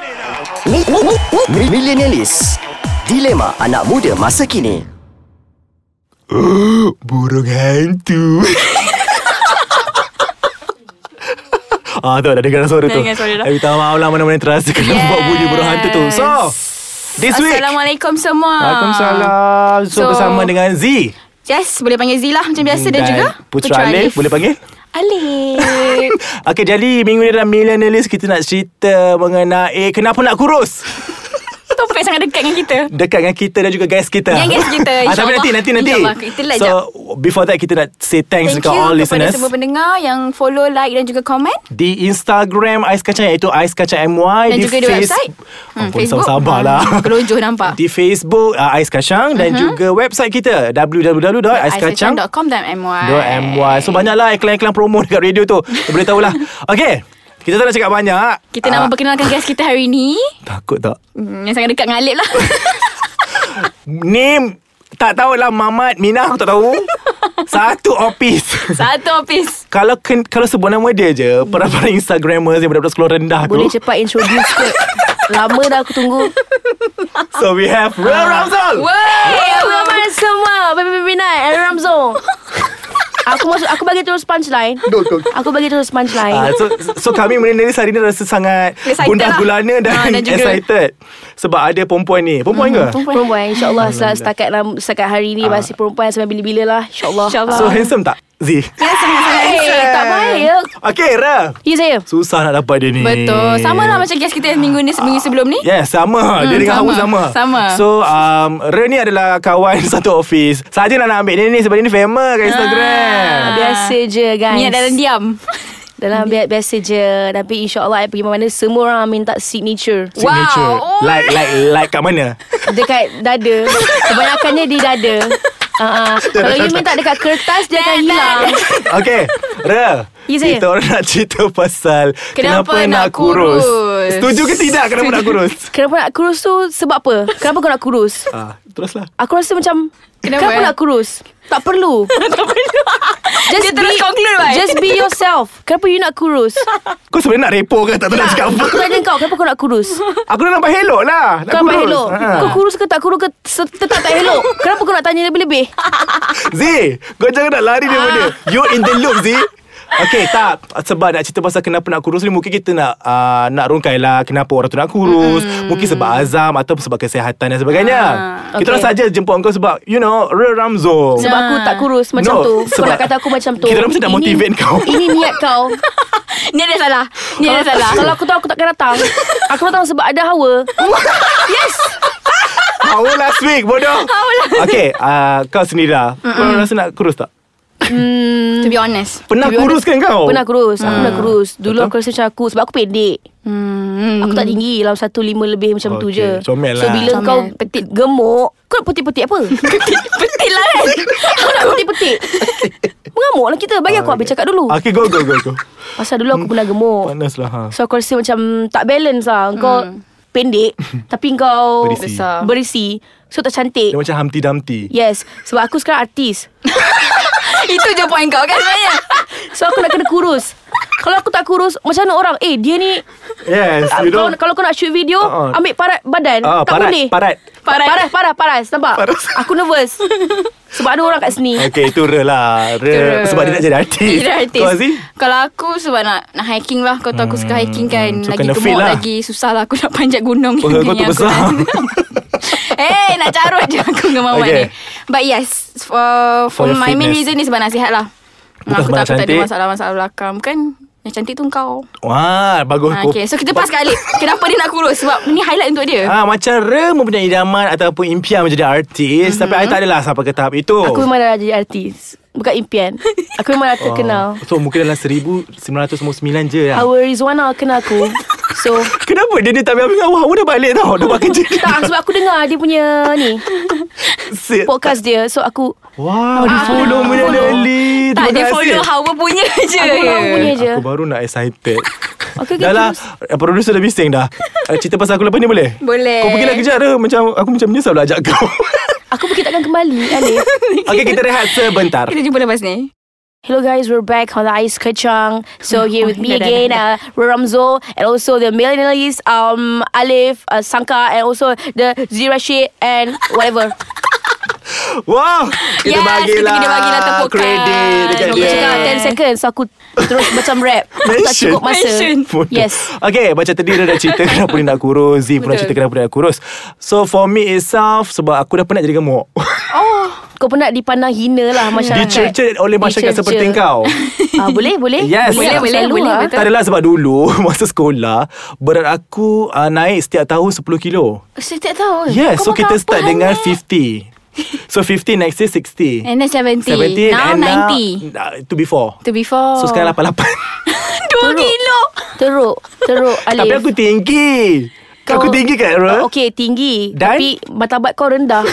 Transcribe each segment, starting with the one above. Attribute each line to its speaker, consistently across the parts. Speaker 1: Mi- mi- mi- mi- Millenialis Dilema anak muda masa kini
Speaker 2: Burung hantu Ah tu dah dengar suara
Speaker 3: Dah
Speaker 2: tu
Speaker 3: dengar suara dah.
Speaker 2: Eh, minta maaf lah mana-mana terasa Kena
Speaker 3: Yes.
Speaker 2: buat bunyi burung hantu tu So This week
Speaker 3: Assalamualaikum semua
Speaker 2: Waalaikumsalam So,
Speaker 3: So-
Speaker 2: bersama dengan Z
Speaker 3: Yes Boleh panggil Zee lah Macam biasa Dan, juga
Speaker 2: Hmm, Putra, Alif. Boleh panggil
Speaker 3: Alif
Speaker 2: Okay jadi minggu ni dalam Millenialis Kita nak cerita mengenai Kenapa nak kurus
Speaker 3: Topik sangat dekat dengan kita
Speaker 2: Dekat dengan kita dan juga guys kita
Speaker 3: Dengan guys kita,
Speaker 2: ah, Tapi
Speaker 3: insyaAllah.
Speaker 2: nanti nanti nanti
Speaker 3: InsyaAllah, kita like
Speaker 2: So before that kita nak say thanks to
Speaker 3: Thank you
Speaker 2: all
Speaker 3: kepada
Speaker 2: listeners
Speaker 3: semua pendengar Yang follow, like dan juga komen
Speaker 2: di Instagram Ais Kacang iaitu Ais Kacang MY
Speaker 3: Dan
Speaker 2: di
Speaker 3: juga di website
Speaker 2: Hmm, Facebook sabarlah.
Speaker 3: Hmm, Kelojoh nampak
Speaker 2: Di
Speaker 3: Mm-hmm.
Speaker 2: Facebook uh, Ais Kacang dan juga website kita www.aiskacang.com
Speaker 3: Aiskacang.com.my
Speaker 2: .my So banyaklah iklan-iklan promo dekat radio tu Kita boleh tahulah Okay Kita tak nak cakap banyak Ah,
Speaker 3: Kita nak memperkenalkan guest kita hari ni
Speaker 2: Takut tak
Speaker 3: Hmm, Yang sangat dekat dengan Alif lah
Speaker 2: Name Tak tahulah Mamat Mina aku tak tahu Satu office
Speaker 3: Satu habis
Speaker 2: Kalau ken, kalau sebut nama dia je
Speaker 3: Hmm.
Speaker 2: Para-para Instagramers Yang budak-budak sekolah rendah
Speaker 4: Boleh
Speaker 2: tu
Speaker 4: cepat introduce ke Lama dah aku tunggu
Speaker 2: So we have Real
Speaker 3: Ah.
Speaker 2: Ramzal
Speaker 3: Wey
Speaker 4: Hey apa khabar semua Baby-baby night And Ramzong Aku masuk Aku bagi terus punchline Aku bagi terus
Speaker 2: Ah,
Speaker 4: punchline
Speaker 2: so, so kami menelis hari ni rasa sangat
Speaker 3: Excited
Speaker 2: gundah
Speaker 3: lah.
Speaker 2: gulana dan,
Speaker 3: Ah, dan juga- Hmm,
Speaker 2: excited sebab ada perempuan ni. Ah, Perempuan ke?
Speaker 4: Perempuan InsyaAllah sel- setakat, lam- setakat hari ni Masih perempuan Sampai bila-bila lah InsyaAllah
Speaker 3: InsyaAllah.
Speaker 2: So handsome tak? Z.
Speaker 3: Dia sangat-sangat
Speaker 4: Eh tak baik ya
Speaker 2: Okay, Ra.
Speaker 4: Ya saya
Speaker 2: Susah nak dapat dia ni.
Speaker 3: Betul Sama lah macam guest kita yang minggu ni Minggu sebelum ni
Speaker 2: Ah, Yes, sama. dia dengan
Speaker 3: sama.
Speaker 2: Hawu sama.
Speaker 3: Sama.
Speaker 2: So, um, Ra ni adalah kawan satu office. Saja nak nak ambil dia ni sebab dia ni famous kat Instagram.
Speaker 3: Ah.
Speaker 4: Biasa je guys
Speaker 3: Niat dalam diam
Speaker 4: Dalam bi- biasa je Tapi insyaAllah I pergi mana-mana Semua orang minta signature
Speaker 2: Signature.
Speaker 3: Wow.
Speaker 2: Like, like, like kat mana?
Speaker 4: Dekat dada Kebanyakannya di dada uh-uh. Kalau you minta dekat kertas Dia akan hilang
Speaker 2: Okay Ra
Speaker 4: Ya, saya.
Speaker 2: Kita orang nak cerita pasal
Speaker 3: Kenapa nak kurus?
Speaker 2: Setuju ke tidak Kenapa nak kurus
Speaker 4: Kenapa nak kurus tu Sebab apa Kenapa kau nak kurus
Speaker 2: ah, Teruslah
Speaker 4: Aku rasa macam
Speaker 3: Kenapa,
Speaker 4: Kenapa, kenapa
Speaker 3: eh?
Speaker 4: nak kurus Tak perlu
Speaker 3: Just Dia terus conclude why?
Speaker 4: Just be yourself Kenapa you nak kurus
Speaker 2: Kau sebenarnya nak repo ke Tak tahu nak cakap apa
Speaker 4: Aku tanya kau Kenapa kau nak kurus
Speaker 2: Aku dah nampak helok lah Nak
Speaker 4: Kau nampak
Speaker 2: kurus.
Speaker 4: hello
Speaker 2: Ha.
Speaker 4: Kau kurus ke tak kurus ke se- Tetap tak hello Kenapa kau nak tanya lebih-lebih
Speaker 2: Z Kau jangan nak lari
Speaker 4: Ah.
Speaker 2: daripada You in the loop Z Okay tak Sebab nak cerita pasal Kenapa nak kurus ni Mungkin kita nak uh, Nak rungkai lah Kenapa orang tu nak kurus mm. Mungkin sebab azam Atau sebab kesihatan dan sebagainya
Speaker 4: Ah,
Speaker 2: Kita orang
Speaker 4: okay.
Speaker 2: saja jemput kau Sebab you know Real Ramzong
Speaker 4: Sebab aku tak kurus
Speaker 2: No,
Speaker 4: Macam tu Kau
Speaker 2: sebab
Speaker 4: nak kata aku macam tu
Speaker 2: kita dah mesti nak
Speaker 4: Ini-
Speaker 2: motivate kau.
Speaker 4: Ini niat kau
Speaker 3: Ni ada salah Ni ada salah
Speaker 4: Kalau aku tahu aku takkan datang Aku datang sebab ada hawa
Speaker 2: Awal last week bodoh Okay uh, Kau sendiri lah Kau rasa nak kurus tak?
Speaker 3: To be honest
Speaker 2: Pernah
Speaker 4: To be
Speaker 2: kurus
Speaker 4: honest,
Speaker 2: kan kau?
Speaker 4: Pernah kurus Aku
Speaker 2: Hmm.
Speaker 4: pernah kurus Dulu aku rasa macam aku Sebab aku pendek
Speaker 3: Hmm
Speaker 4: Aku tak tinggi Dalam 1.5 lebih macam tu
Speaker 2: Okey,
Speaker 4: je
Speaker 2: comel
Speaker 4: So
Speaker 2: lah.
Speaker 4: bila
Speaker 3: Comel.
Speaker 4: kau petit gemuk Kau nak putih-putih apa?
Speaker 3: Betul lah kan
Speaker 4: kau nak putih-putih Mengamuk lah kita Bagi
Speaker 2: Ah,
Speaker 4: aku habis cakap dulu
Speaker 2: Okay go go go go
Speaker 4: Pasal dulu aku pernah gemuk
Speaker 2: Panas lah ha.
Speaker 4: So aku rasa macam Tak balance lah Kau pendek Tapi kau
Speaker 2: Berisi.
Speaker 3: Mm. Besar.
Speaker 4: berisi. So tak cantik
Speaker 2: Dia macam Humpty Dumpty
Speaker 4: Yes Sebab aku sekarang artis
Speaker 3: Itu je point kau kan sebenarnya
Speaker 4: So aku nak kena kurus Kalau aku tak kurus Macam mana orang Eh dia ni
Speaker 2: Yes you
Speaker 4: kalau,
Speaker 2: know
Speaker 4: kalau Ya. kau nak shoot video
Speaker 2: Uh-uh.
Speaker 4: Ambil parat badan
Speaker 2: Ah,
Speaker 4: Tak
Speaker 2: parat,
Speaker 4: boleh
Speaker 2: parat.
Speaker 4: Parat Paras paras, paras. Nampak
Speaker 2: Paras.
Speaker 4: Aku nervous Sebab ada orang kat sini
Speaker 2: Okay itu real lah
Speaker 3: Betul.
Speaker 2: real. Sebab dia nak jadi artis
Speaker 3: Dia jadi artis
Speaker 2: Kau Aziz Hmm,
Speaker 3: Kalau aku sebab nak Nak hiking lah Kau tahu aku suka hiking kan
Speaker 2: so
Speaker 3: Lagi
Speaker 2: kena fit
Speaker 3: gemuk
Speaker 2: lah.
Speaker 3: lagi Susah lah aku nak panjat gunung
Speaker 2: Oh, kau tu
Speaker 3: Yang aku
Speaker 2: besar.
Speaker 3: rasa. Eh nak carut je aku dengan mamat
Speaker 2: Okay.
Speaker 3: ni But yes For,
Speaker 2: For
Speaker 3: for,
Speaker 2: your
Speaker 3: my
Speaker 2: fitness.
Speaker 3: main reason ni sebab nasihat lah
Speaker 2: Bukan sebab
Speaker 3: Aku tak, aku tak ada
Speaker 2: cantik.
Speaker 3: masalah-masalah belakang Bukan Yang cantik tu kau
Speaker 2: Wah bagus
Speaker 3: Ah,
Speaker 2: Oh, kau-
Speaker 3: Okay so kita pass kat Alif Kenapa dia nak kurus Sebab ni highlight untuk dia
Speaker 2: Ah, macam Re mempunyai idaman ataupun impian menjadi artis mm-hmm. tapi I tak adalah sampai ke tahap itu.
Speaker 4: Aku memang dah jadi artis Bukan impian Aku memang dah terkenal
Speaker 2: Oh. So mungkin dalam 1999 je lah.
Speaker 4: Our Rizwana kenal aku So
Speaker 2: Kenapa dia ni tak ambil dengan awak? Awak dah balik tau. Dia buat kerja.
Speaker 4: Tak sebab aku dengar Dia punya ni
Speaker 2: Sit.
Speaker 4: Podcast dia So aku
Speaker 2: Wah, dia
Speaker 4: Ah,
Speaker 2: follow
Speaker 4: follow.
Speaker 2: Muna Lali.
Speaker 3: Tak dia follow Hawa punya je
Speaker 4: Aku orang punya je
Speaker 2: Eh, Aku baru nak excited.
Speaker 4: Okay, okay,
Speaker 2: dah lah eh, Producer dah bising dah Eh, Cerita pasal aku lepas ni boleh?
Speaker 3: Boleh.
Speaker 2: Kau pergilah kejap dah Macam Aku macam menyesal lah ajak kau
Speaker 4: Aku pergi takkan kembali Alif
Speaker 2: Okay kita rehat sebentar
Speaker 3: Kita jumpa lepas ni
Speaker 4: Hello guys, we're back on the Ice Kachang. So here with me
Speaker 5: Dah, dah,
Speaker 4: again, uh, Ramzo, and also the millennials, um, Alif, uh, Sanka, and also the Zira Shea and whatever.
Speaker 2: Wow Kita
Speaker 3: Yes,
Speaker 2: bagilah
Speaker 3: kita bagilah tepukan.
Speaker 2: Kredit kan? dekat
Speaker 4: So,
Speaker 3: Yeah.
Speaker 4: yeah.
Speaker 2: dia
Speaker 4: Kan cakap 10 seconds, so aku terus macam rap. Tak
Speaker 2: Mention.
Speaker 4: cukup masa.
Speaker 3: Mention.
Speaker 2: Bodoh.
Speaker 4: Yes.
Speaker 2: Okay Macam tadi dia dah cerita Kenapa dia nak kurus Z pula
Speaker 3: Betul.
Speaker 2: cerita Kenapa dia nak kurus So for me itself Sebab aku dah penat jadi gemuk
Speaker 4: Kau pernah dipandang hina lah masyarakat.
Speaker 2: Dicerca oleh masyarakat
Speaker 4: Dicerca.
Speaker 2: seperti kau
Speaker 4: Ah, boleh, boleh.
Speaker 2: Yes. Boleh,
Speaker 3: boleh,
Speaker 4: Boleh, boleh, boleh.
Speaker 3: boleh,
Speaker 4: lah.
Speaker 3: betul.
Speaker 2: Tak adalah sebab dulu Masa sekolah Berat aku uh, Naik setiap tahun 10 kilo
Speaker 3: Setiap tahun
Speaker 2: Yes
Speaker 3: Eh, Kau
Speaker 2: So
Speaker 3: makan
Speaker 2: kita
Speaker 3: apa,
Speaker 2: start dengan
Speaker 3: Hanif?
Speaker 2: 50 So 50 next year 60
Speaker 3: And then 70
Speaker 2: 70
Speaker 3: Now
Speaker 2: and
Speaker 3: 90
Speaker 2: now, Itu before
Speaker 3: To before
Speaker 2: So sekarang 88
Speaker 3: 2 kilo
Speaker 4: Teruk, teruk, Alif.
Speaker 2: Tapi aku tinggi Aku tinggi kan Rul?
Speaker 4: Oh, okay, tinggi.
Speaker 2: Dan?
Speaker 4: Tapi martabat kau rendah.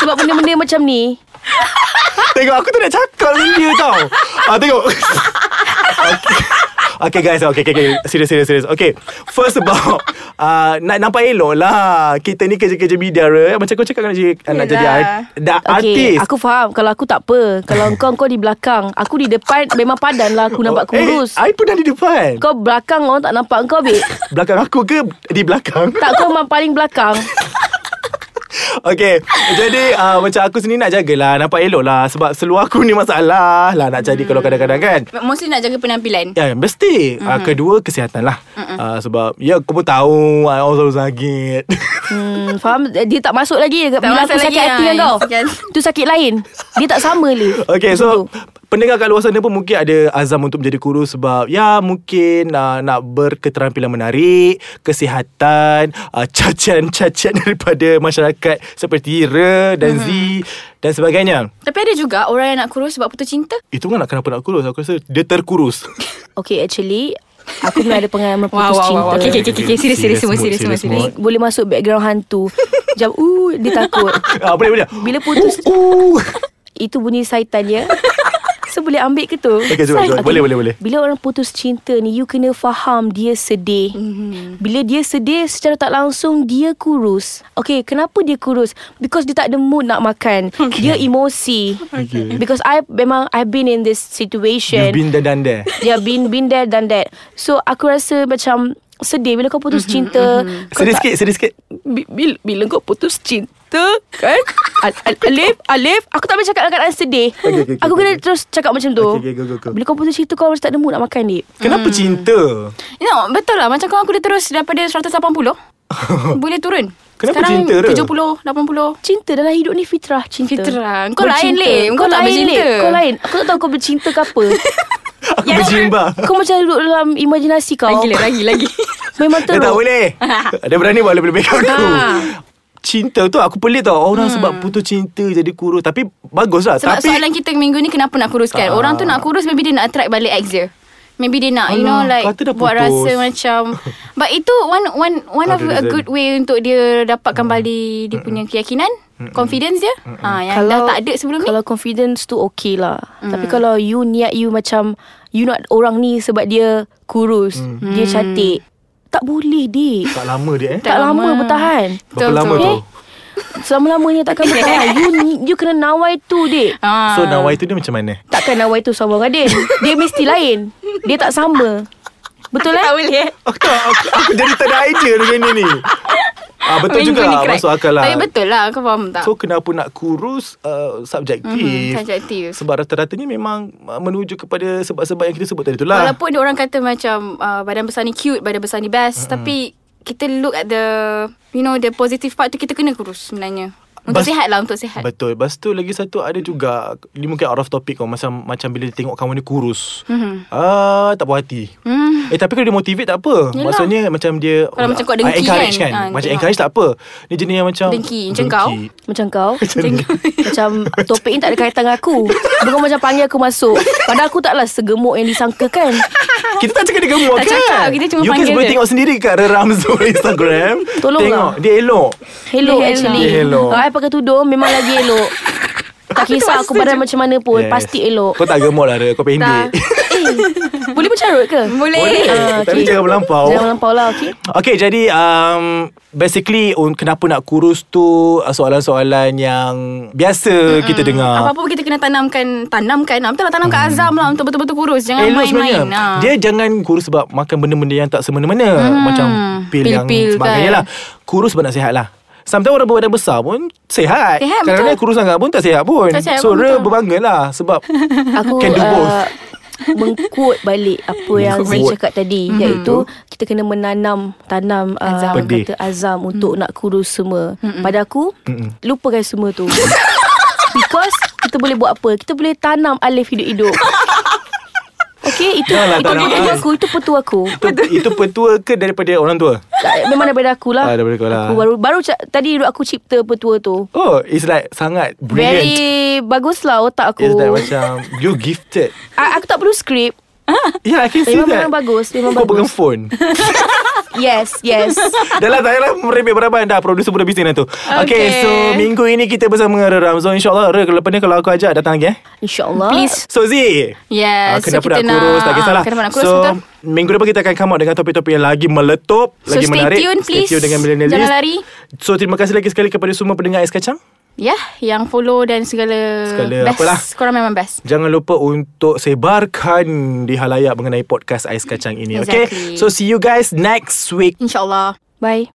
Speaker 4: Sebab benda-benda macam ni.
Speaker 2: Tengok aku tu nak cakap dengan dia tau ah, Tengok okay. okay guys Okay, okay, okay. Serius serius serius Okay First about uh, Nak nampak elok lah Kita ni kerja-kerja media Rul. Macam kau cakap kau nak jadi Nak jadi art, dah
Speaker 4: Okay,
Speaker 2: artis
Speaker 4: aku faham. Kalau aku tak apa. Kalau kau, kau di belakang. Aku di depan memang padan lah aku nampak kurus.
Speaker 2: Eh, I pernah di depan
Speaker 4: Kau belakang orang tak nampak kau, babe.
Speaker 2: Belakang aku ke Di belakang
Speaker 4: Tak, kau memang paling belakang.
Speaker 2: Okay Jadi uh, Macam aku sendiri nak jagalah Nampak elok lah Sebab seluar aku ni masalah lah Nak jadi kalau kadang-kadang kan
Speaker 3: Mostly nak jaga penampilan
Speaker 2: Ya mesti mm-hmm. uh, Kedua kesihatan lah uh, Sebab Ya kau pun tahu I selalu sakit
Speaker 4: Hmm, faham? Dia tak masuk lagi. Tak Bila
Speaker 3: masuk lagi
Speaker 4: aku sakit
Speaker 3: lah,
Speaker 4: hati dengan kau.
Speaker 3: sekian.
Speaker 4: Tu sakit lain. Dia tak sama, Alif.
Speaker 2: Okay so Pendengar kat luar sana pun Mungkin ada azam untuk menjadi kurus Sebab Ya mungkin uh, Nak berketerampilan menarik Kesihatan uh, Cacian-cacian daripada masyarakat Seperti Re dan mm-hmm. Z Dan sebagainya
Speaker 3: Tapi ada juga orang yang nak kurus sebab putus cinta
Speaker 2: Itu kan nak kenapa nak kurus Aku rasa dia terkurus
Speaker 4: Okay, actually... Aku pernah ada pengalaman putus
Speaker 5: Wow, wow,
Speaker 4: cinta.
Speaker 5: wow. Okay, okay, okay, okay. Serius, serius, semua, serius, semua, serius.
Speaker 4: Boleh masuk background hantu. Macam, uh, dia takut.
Speaker 2: Ah, boleh boleh.
Speaker 4: Bila putus
Speaker 2: Uh.
Speaker 4: Itu bunyi syaitan ya So boleh ambil ke tu
Speaker 2: Okey, cuba, cuba.
Speaker 4: Okey.
Speaker 2: Boleh, boleh, boleh.
Speaker 4: Bila orang putus cinta ni You kena faham Dia sedih mm-hmm. Bila dia sedih Secara tak langsung Dia kurus Okay Kenapa dia kurus Because dia tak ada mood nak makan okay. Dia emosi okay. Because I Memang I've been in this situation
Speaker 2: You've been there done there.
Speaker 4: Yeah been, been there done that So aku rasa macam Sedih bila kau putus cinta mm-hmm.
Speaker 2: Sedih sikit, sedih sikit.
Speaker 4: Bi- bila, bila kau putus cinta kan Al- Al- Alif Alif Aku tak boleh cakap dalam keadaan sedih
Speaker 2: Okay, okay, okay,
Speaker 4: Aku kena
Speaker 2: okay.
Speaker 4: terus cakap macam tu
Speaker 2: Okay, okay, go, go, go.
Speaker 4: Bila kau putus cinta Kau harus tak ada mood nak makan ni
Speaker 2: Kenapa cinta?
Speaker 3: You know Betul lah Macam kau aku dia terus Daripada 180 Boleh turun
Speaker 2: Kenapa
Speaker 3: Sekarang
Speaker 2: cinta dia?
Speaker 3: 70 80
Speaker 4: Cinta dalam hidup ni fitrah cinta.
Speaker 3: Fitrah. Kau lain,
Speaker 4: Bercinta.
Speaker 3: Lim. Kau tak
Speaker 4: lain, Lim.
Speaker 3: bercinta.
Speaker 4: Kau lain. Aku tak tahu kau bercinta ke apa. Ya,
Speaker 2: Aku berjimbang.
Speaker 4: kau macam duduk dalam imajinasi kau.
Speaker 3: Lagi lah lagi lagi
Speaker 4: Memang
Speaker 2: Dia
Speaker 4: teruk.
Speaker 2: tak boleh. Dia berani buat lebih-lebih kat aku.
Speaker 3: Ha.
Speaker 2: Cinta tu aku pelik tau Orang hmm. sebab putus cinta jadi kurus Tapi bagus lah
Speaker 3: Sebab
Speaker 2: Tapi
Speaker 3: soalan kita minggu ni Kenapa nak kurus kan
Speaker 2: Ah.
Speaker 3: Orang tu nak kurus Maybe dia nak attract balik ex dia Maybe dia nak You know
Speaker 2: Alah,
Speaker 3: like
Speaker 2: kata dah
Speaker 3: Buat
Speaker 2: putus.
Speaker 3: rasa macam But itu One one one of
Speaker 2: Ada
Speaker 3: a
Speaker 2: reason.
Speaker 3: good way Untuk dia
Speaker 2: Hmm.
Speaker 3: dapatkan balik Dia punya keyakinan Confidence dia ha, Yang dah tak ada sebelum ni
Speaker 4: Kalau confidence tu okay lah
Speaker 3: Hmm.
Speaker 4: mm. Tapi kalau you niat you macam You nak orang ni sebab dia kurus
Speaker 2: Hmm.
Speaker 4: mm. Dia cantik
Speaker 3: Hmm.
Speaker 4: Tak boleh dik
Speaker 2: Tak lama dia eh
Speaker 4: Tak, tak lama.
Speaker 3: lama.
Speaker 4: bertahan
Speaker 2: Berapa lama
Speaker 3: betul.
Speaker 2: tu
Speaker 4: Eh? Selama-lamanya takkan bertahan You you kena nawai tu dik
Speaker 3: ha.
Speaker 2: So Nawai tu dia macam mana
Speaker 4: Takkan nawai tu sama dengan Din Dia mesti lain Dia tak sama Betul eh?
Speaker 3: boleh
Speaker 2: aku, aku, aku jadi Oh, tak ada idea dengan ni ni ah, Betul
Speaker 3: Minggu
Speaker 2: juga
Speaker 3: ni
Speaker 2: lah
Speaker 3: crack.
Speaker 2: Masuk akal lah
Speaker 3: Tapi betul lah Kau faham tak
Speaker 2: So kenapa nak kurus uh, Subjektif
Speaker 3: Mhm, subjektif.
Speaker 2: Sebab rata-ratanya memang uh, Menuju kepada sebab-sebab yang kita sebut tadi tu lah
Speaker 3: Walaupun dia orang kata macam uh, badan besar ni cute, badan besar ni best,
Speaker 2: Hmm,
Speaker 3: mm-hmm. tapi kita look at the you know the positive part tu kita kena kurus sebenarnya. Untuk
Speaker 2: Bas-
Speaker 3: sihat lah, untuk sihat.
Speaker 2: Betul Lepas tu lagi satu Ada juga Ni mungkin out of topic kau Macam, macam bila dia tengok kawan dia kurus mm-hmm.
Speaker 3: Hmm.
Speaker 2: ah, Tak puas hati mm. Eh tapi kalau dia motivate tak apa Yelah. Maksudnya macam dia
Speaker 3: Kalau macam kau
Speaker 2: I
Speaker 3: dengki
Speaker 2: encourage kan,
Speaker 3: kan? Ah,
Speaker 2: Macam
Speaker 3: tengok.
Speaker 2: encourage tak apa Ni jenis yang macam
Speaker 3: Dengki. Macam kau?
Speaker 4: Macam kau Macam topik ni tak ada kaitan dengan aku Bukan macam panggil aku masuk Padahal aku taklah segemuk yang disangkakan
Speaker 2: Kita tak cakap dia gemuk
Speaker 3: Tak
Speaker 2: kan
Speaker 3: cakap, kita cuma
Speaker 2: You guys
Speaker 3: panggil
Speaker 2: boleh
Speaker 3: dia.
Speaker 2: tengok sendiri Kat Ramzo Instagram
Speaker 4: Tolonglah.
Speaker 2: Tengok Dia elok
Speaker 4: Hello
Speaker 3: Dia
Speaker 4: actually
Speaker 2: elok. Dia elok.
Speaker 4: Kalau I pakai tudung Memang lagi elok Tak kisah aku badan macam mana pun
Speaker 2: Yes.
Speaker 3: Oh,
Speaker 4: Pasti elok
Speaker 2: Kau tak gemuk lah Ra. Kau pendek
Speaker 3: eh,
Speaker 4: Boleh bercarut ke?
Speaker 3: Boleh.
Speaker 4: Ah,
Speaker 2: Tapi jangan melampau.
Speaker 4: Jangan melampau lah okay?
Speaker 2: Okay jadi um, Basically un, Kenapa nak kurus tu uh, Soalan-soalan yang Biasa mm kita dengar
Speaker 3: Apa-apa pun kita kena tanamkan Tanamkan lah. Betul lah tanamkan azam lah Untuk betul-betul kurus Jangan
Speaker 2: Hmm. Elok
Speaker 3: main-main
Speaker 2: sebenarnya
Speaker 3: lah.
Speaker 2: Dia jangan kurus sebab Makan benda-benda yang tak semena-mena hmm. Macam pil, yang
Speaker 3: Pil-pil
Speaker 2: sebagainya
Speaker 3: kan.
Speaker 2: lah Kurus sebab nak sihat lah Sometimes orang berbadan besar pun Sihat
Speaker 3: Sihat,
Speaker 2: Kadang-kadang
Speaker 3: betul.
Speaker 2: kurus sangat pun Tak sihat pun
Speaker 3: Tak sihat
Speaker 2: So
Speaker 3: pun,
Speaker 2: dia
Speaker 3: betul.
Speaker 2: berbangga lah Sebab
Speaker 4: Aku
Speaker 2: Can do both.
Speaker 4: Uh, mengquote balik apa yang Zee
Speaker 2: Mengquote.
Speaker 4: cakap tadi mm-hmm. iaitu kita kena menanam tanam uh,
Speaker 3: Azam.
Speaker 4: orang
Speaker 2: Pedih. Mm.
Speaker 4: kata azam untuk nak kurus semua. Mm-mm. Pada aku Mm-mm. lupakan semua tu. Because kita boleh buat apa? Kita boleh tanam alif hidup-hidup. Okay, itu
Speaker 2: Janganlah
Speaker 4: itu
Speaker 2: tanam kan.
Speaker 4: petua
Speaker 2: alif.
Speaker 4: aku, itu petua aku.
Speaker 2: itu, itu petua ke daripada orang tua?
Speaker 4: Tak, Memang daripada aku lah.
Speaker 2: Ah, daripada kau lah.
Speaker 4: Aku baru baru ca- tadi duduk aku cipta petua tu.
Speaker 2: Oh It's like sangat brilliant
Speaker 4: Very bagus lah otak aku.
Speaker 2: It's like macam You gifted
Speaker 4: A- aku tak perlu skrip.
Speaker 2: Yeah I can see
Speaker 4: Memang-
Speaker 2: that
Speaker 4: memang bagus, memang
Speaker 2: Kau
Speaker 4: bagus.
Speaker 2: pegang phone
Speaker 4: Yes, yes.
Speaker 2: Dah lah tak payah merepek beraban Dah producer pun dah bising dah tu okay. okay
Speaker 3: Okay.
Speaker 2: so Minggu ini kita bersama dengan Rera Ramzon InsyaAllah Rera lepas ni kalau aku ajak datang lagi eh
Speaker 4: InsyaAllah
Speaker 3: Please
Speaker 2: So Z Ah,
Speaker 3: Yes, Eh, so
Speaker 2: Kenapa
Speaker 3: kita
Speaker 2: nak kurus
Speaker 3: nak- Ah,
Speaker 2: Tak kisahlah
Speaker 3: kenapa nak kurus,
Speaker 2: So
Speaker 3: betul.
Speaker 2: minggu depan kita akan come out Dengan topik-topik yang lagi meletup
Speaker 3: So,
Speaker 2: Lagi
Speaker 3: stay
Speaker 2: menarik
Speaker 3: tuned, please.
Speaker 2: Stay tune dengan Millennialist
Speaker 3: Jangan lari.
Speaker 2: So terima kasih lagi sekali Kepada semua pendengar Ais Kacang
Speaker 3: Ya yeah, Yang follow dan segala
Speaker 2: Segala
Speaker 3: Best
Speaker 2: apalah.
Speaker 3: Korang memang best
Speaker 2: Jangan lupa untuk sebarkan di halayak mengenai podcast Ais Kacang ini. Okay?
Speaker 3: Exactly.
Speaker 2: So see you guys next week.
Speaker 3: InsyaAllah
Speaker 4: Bye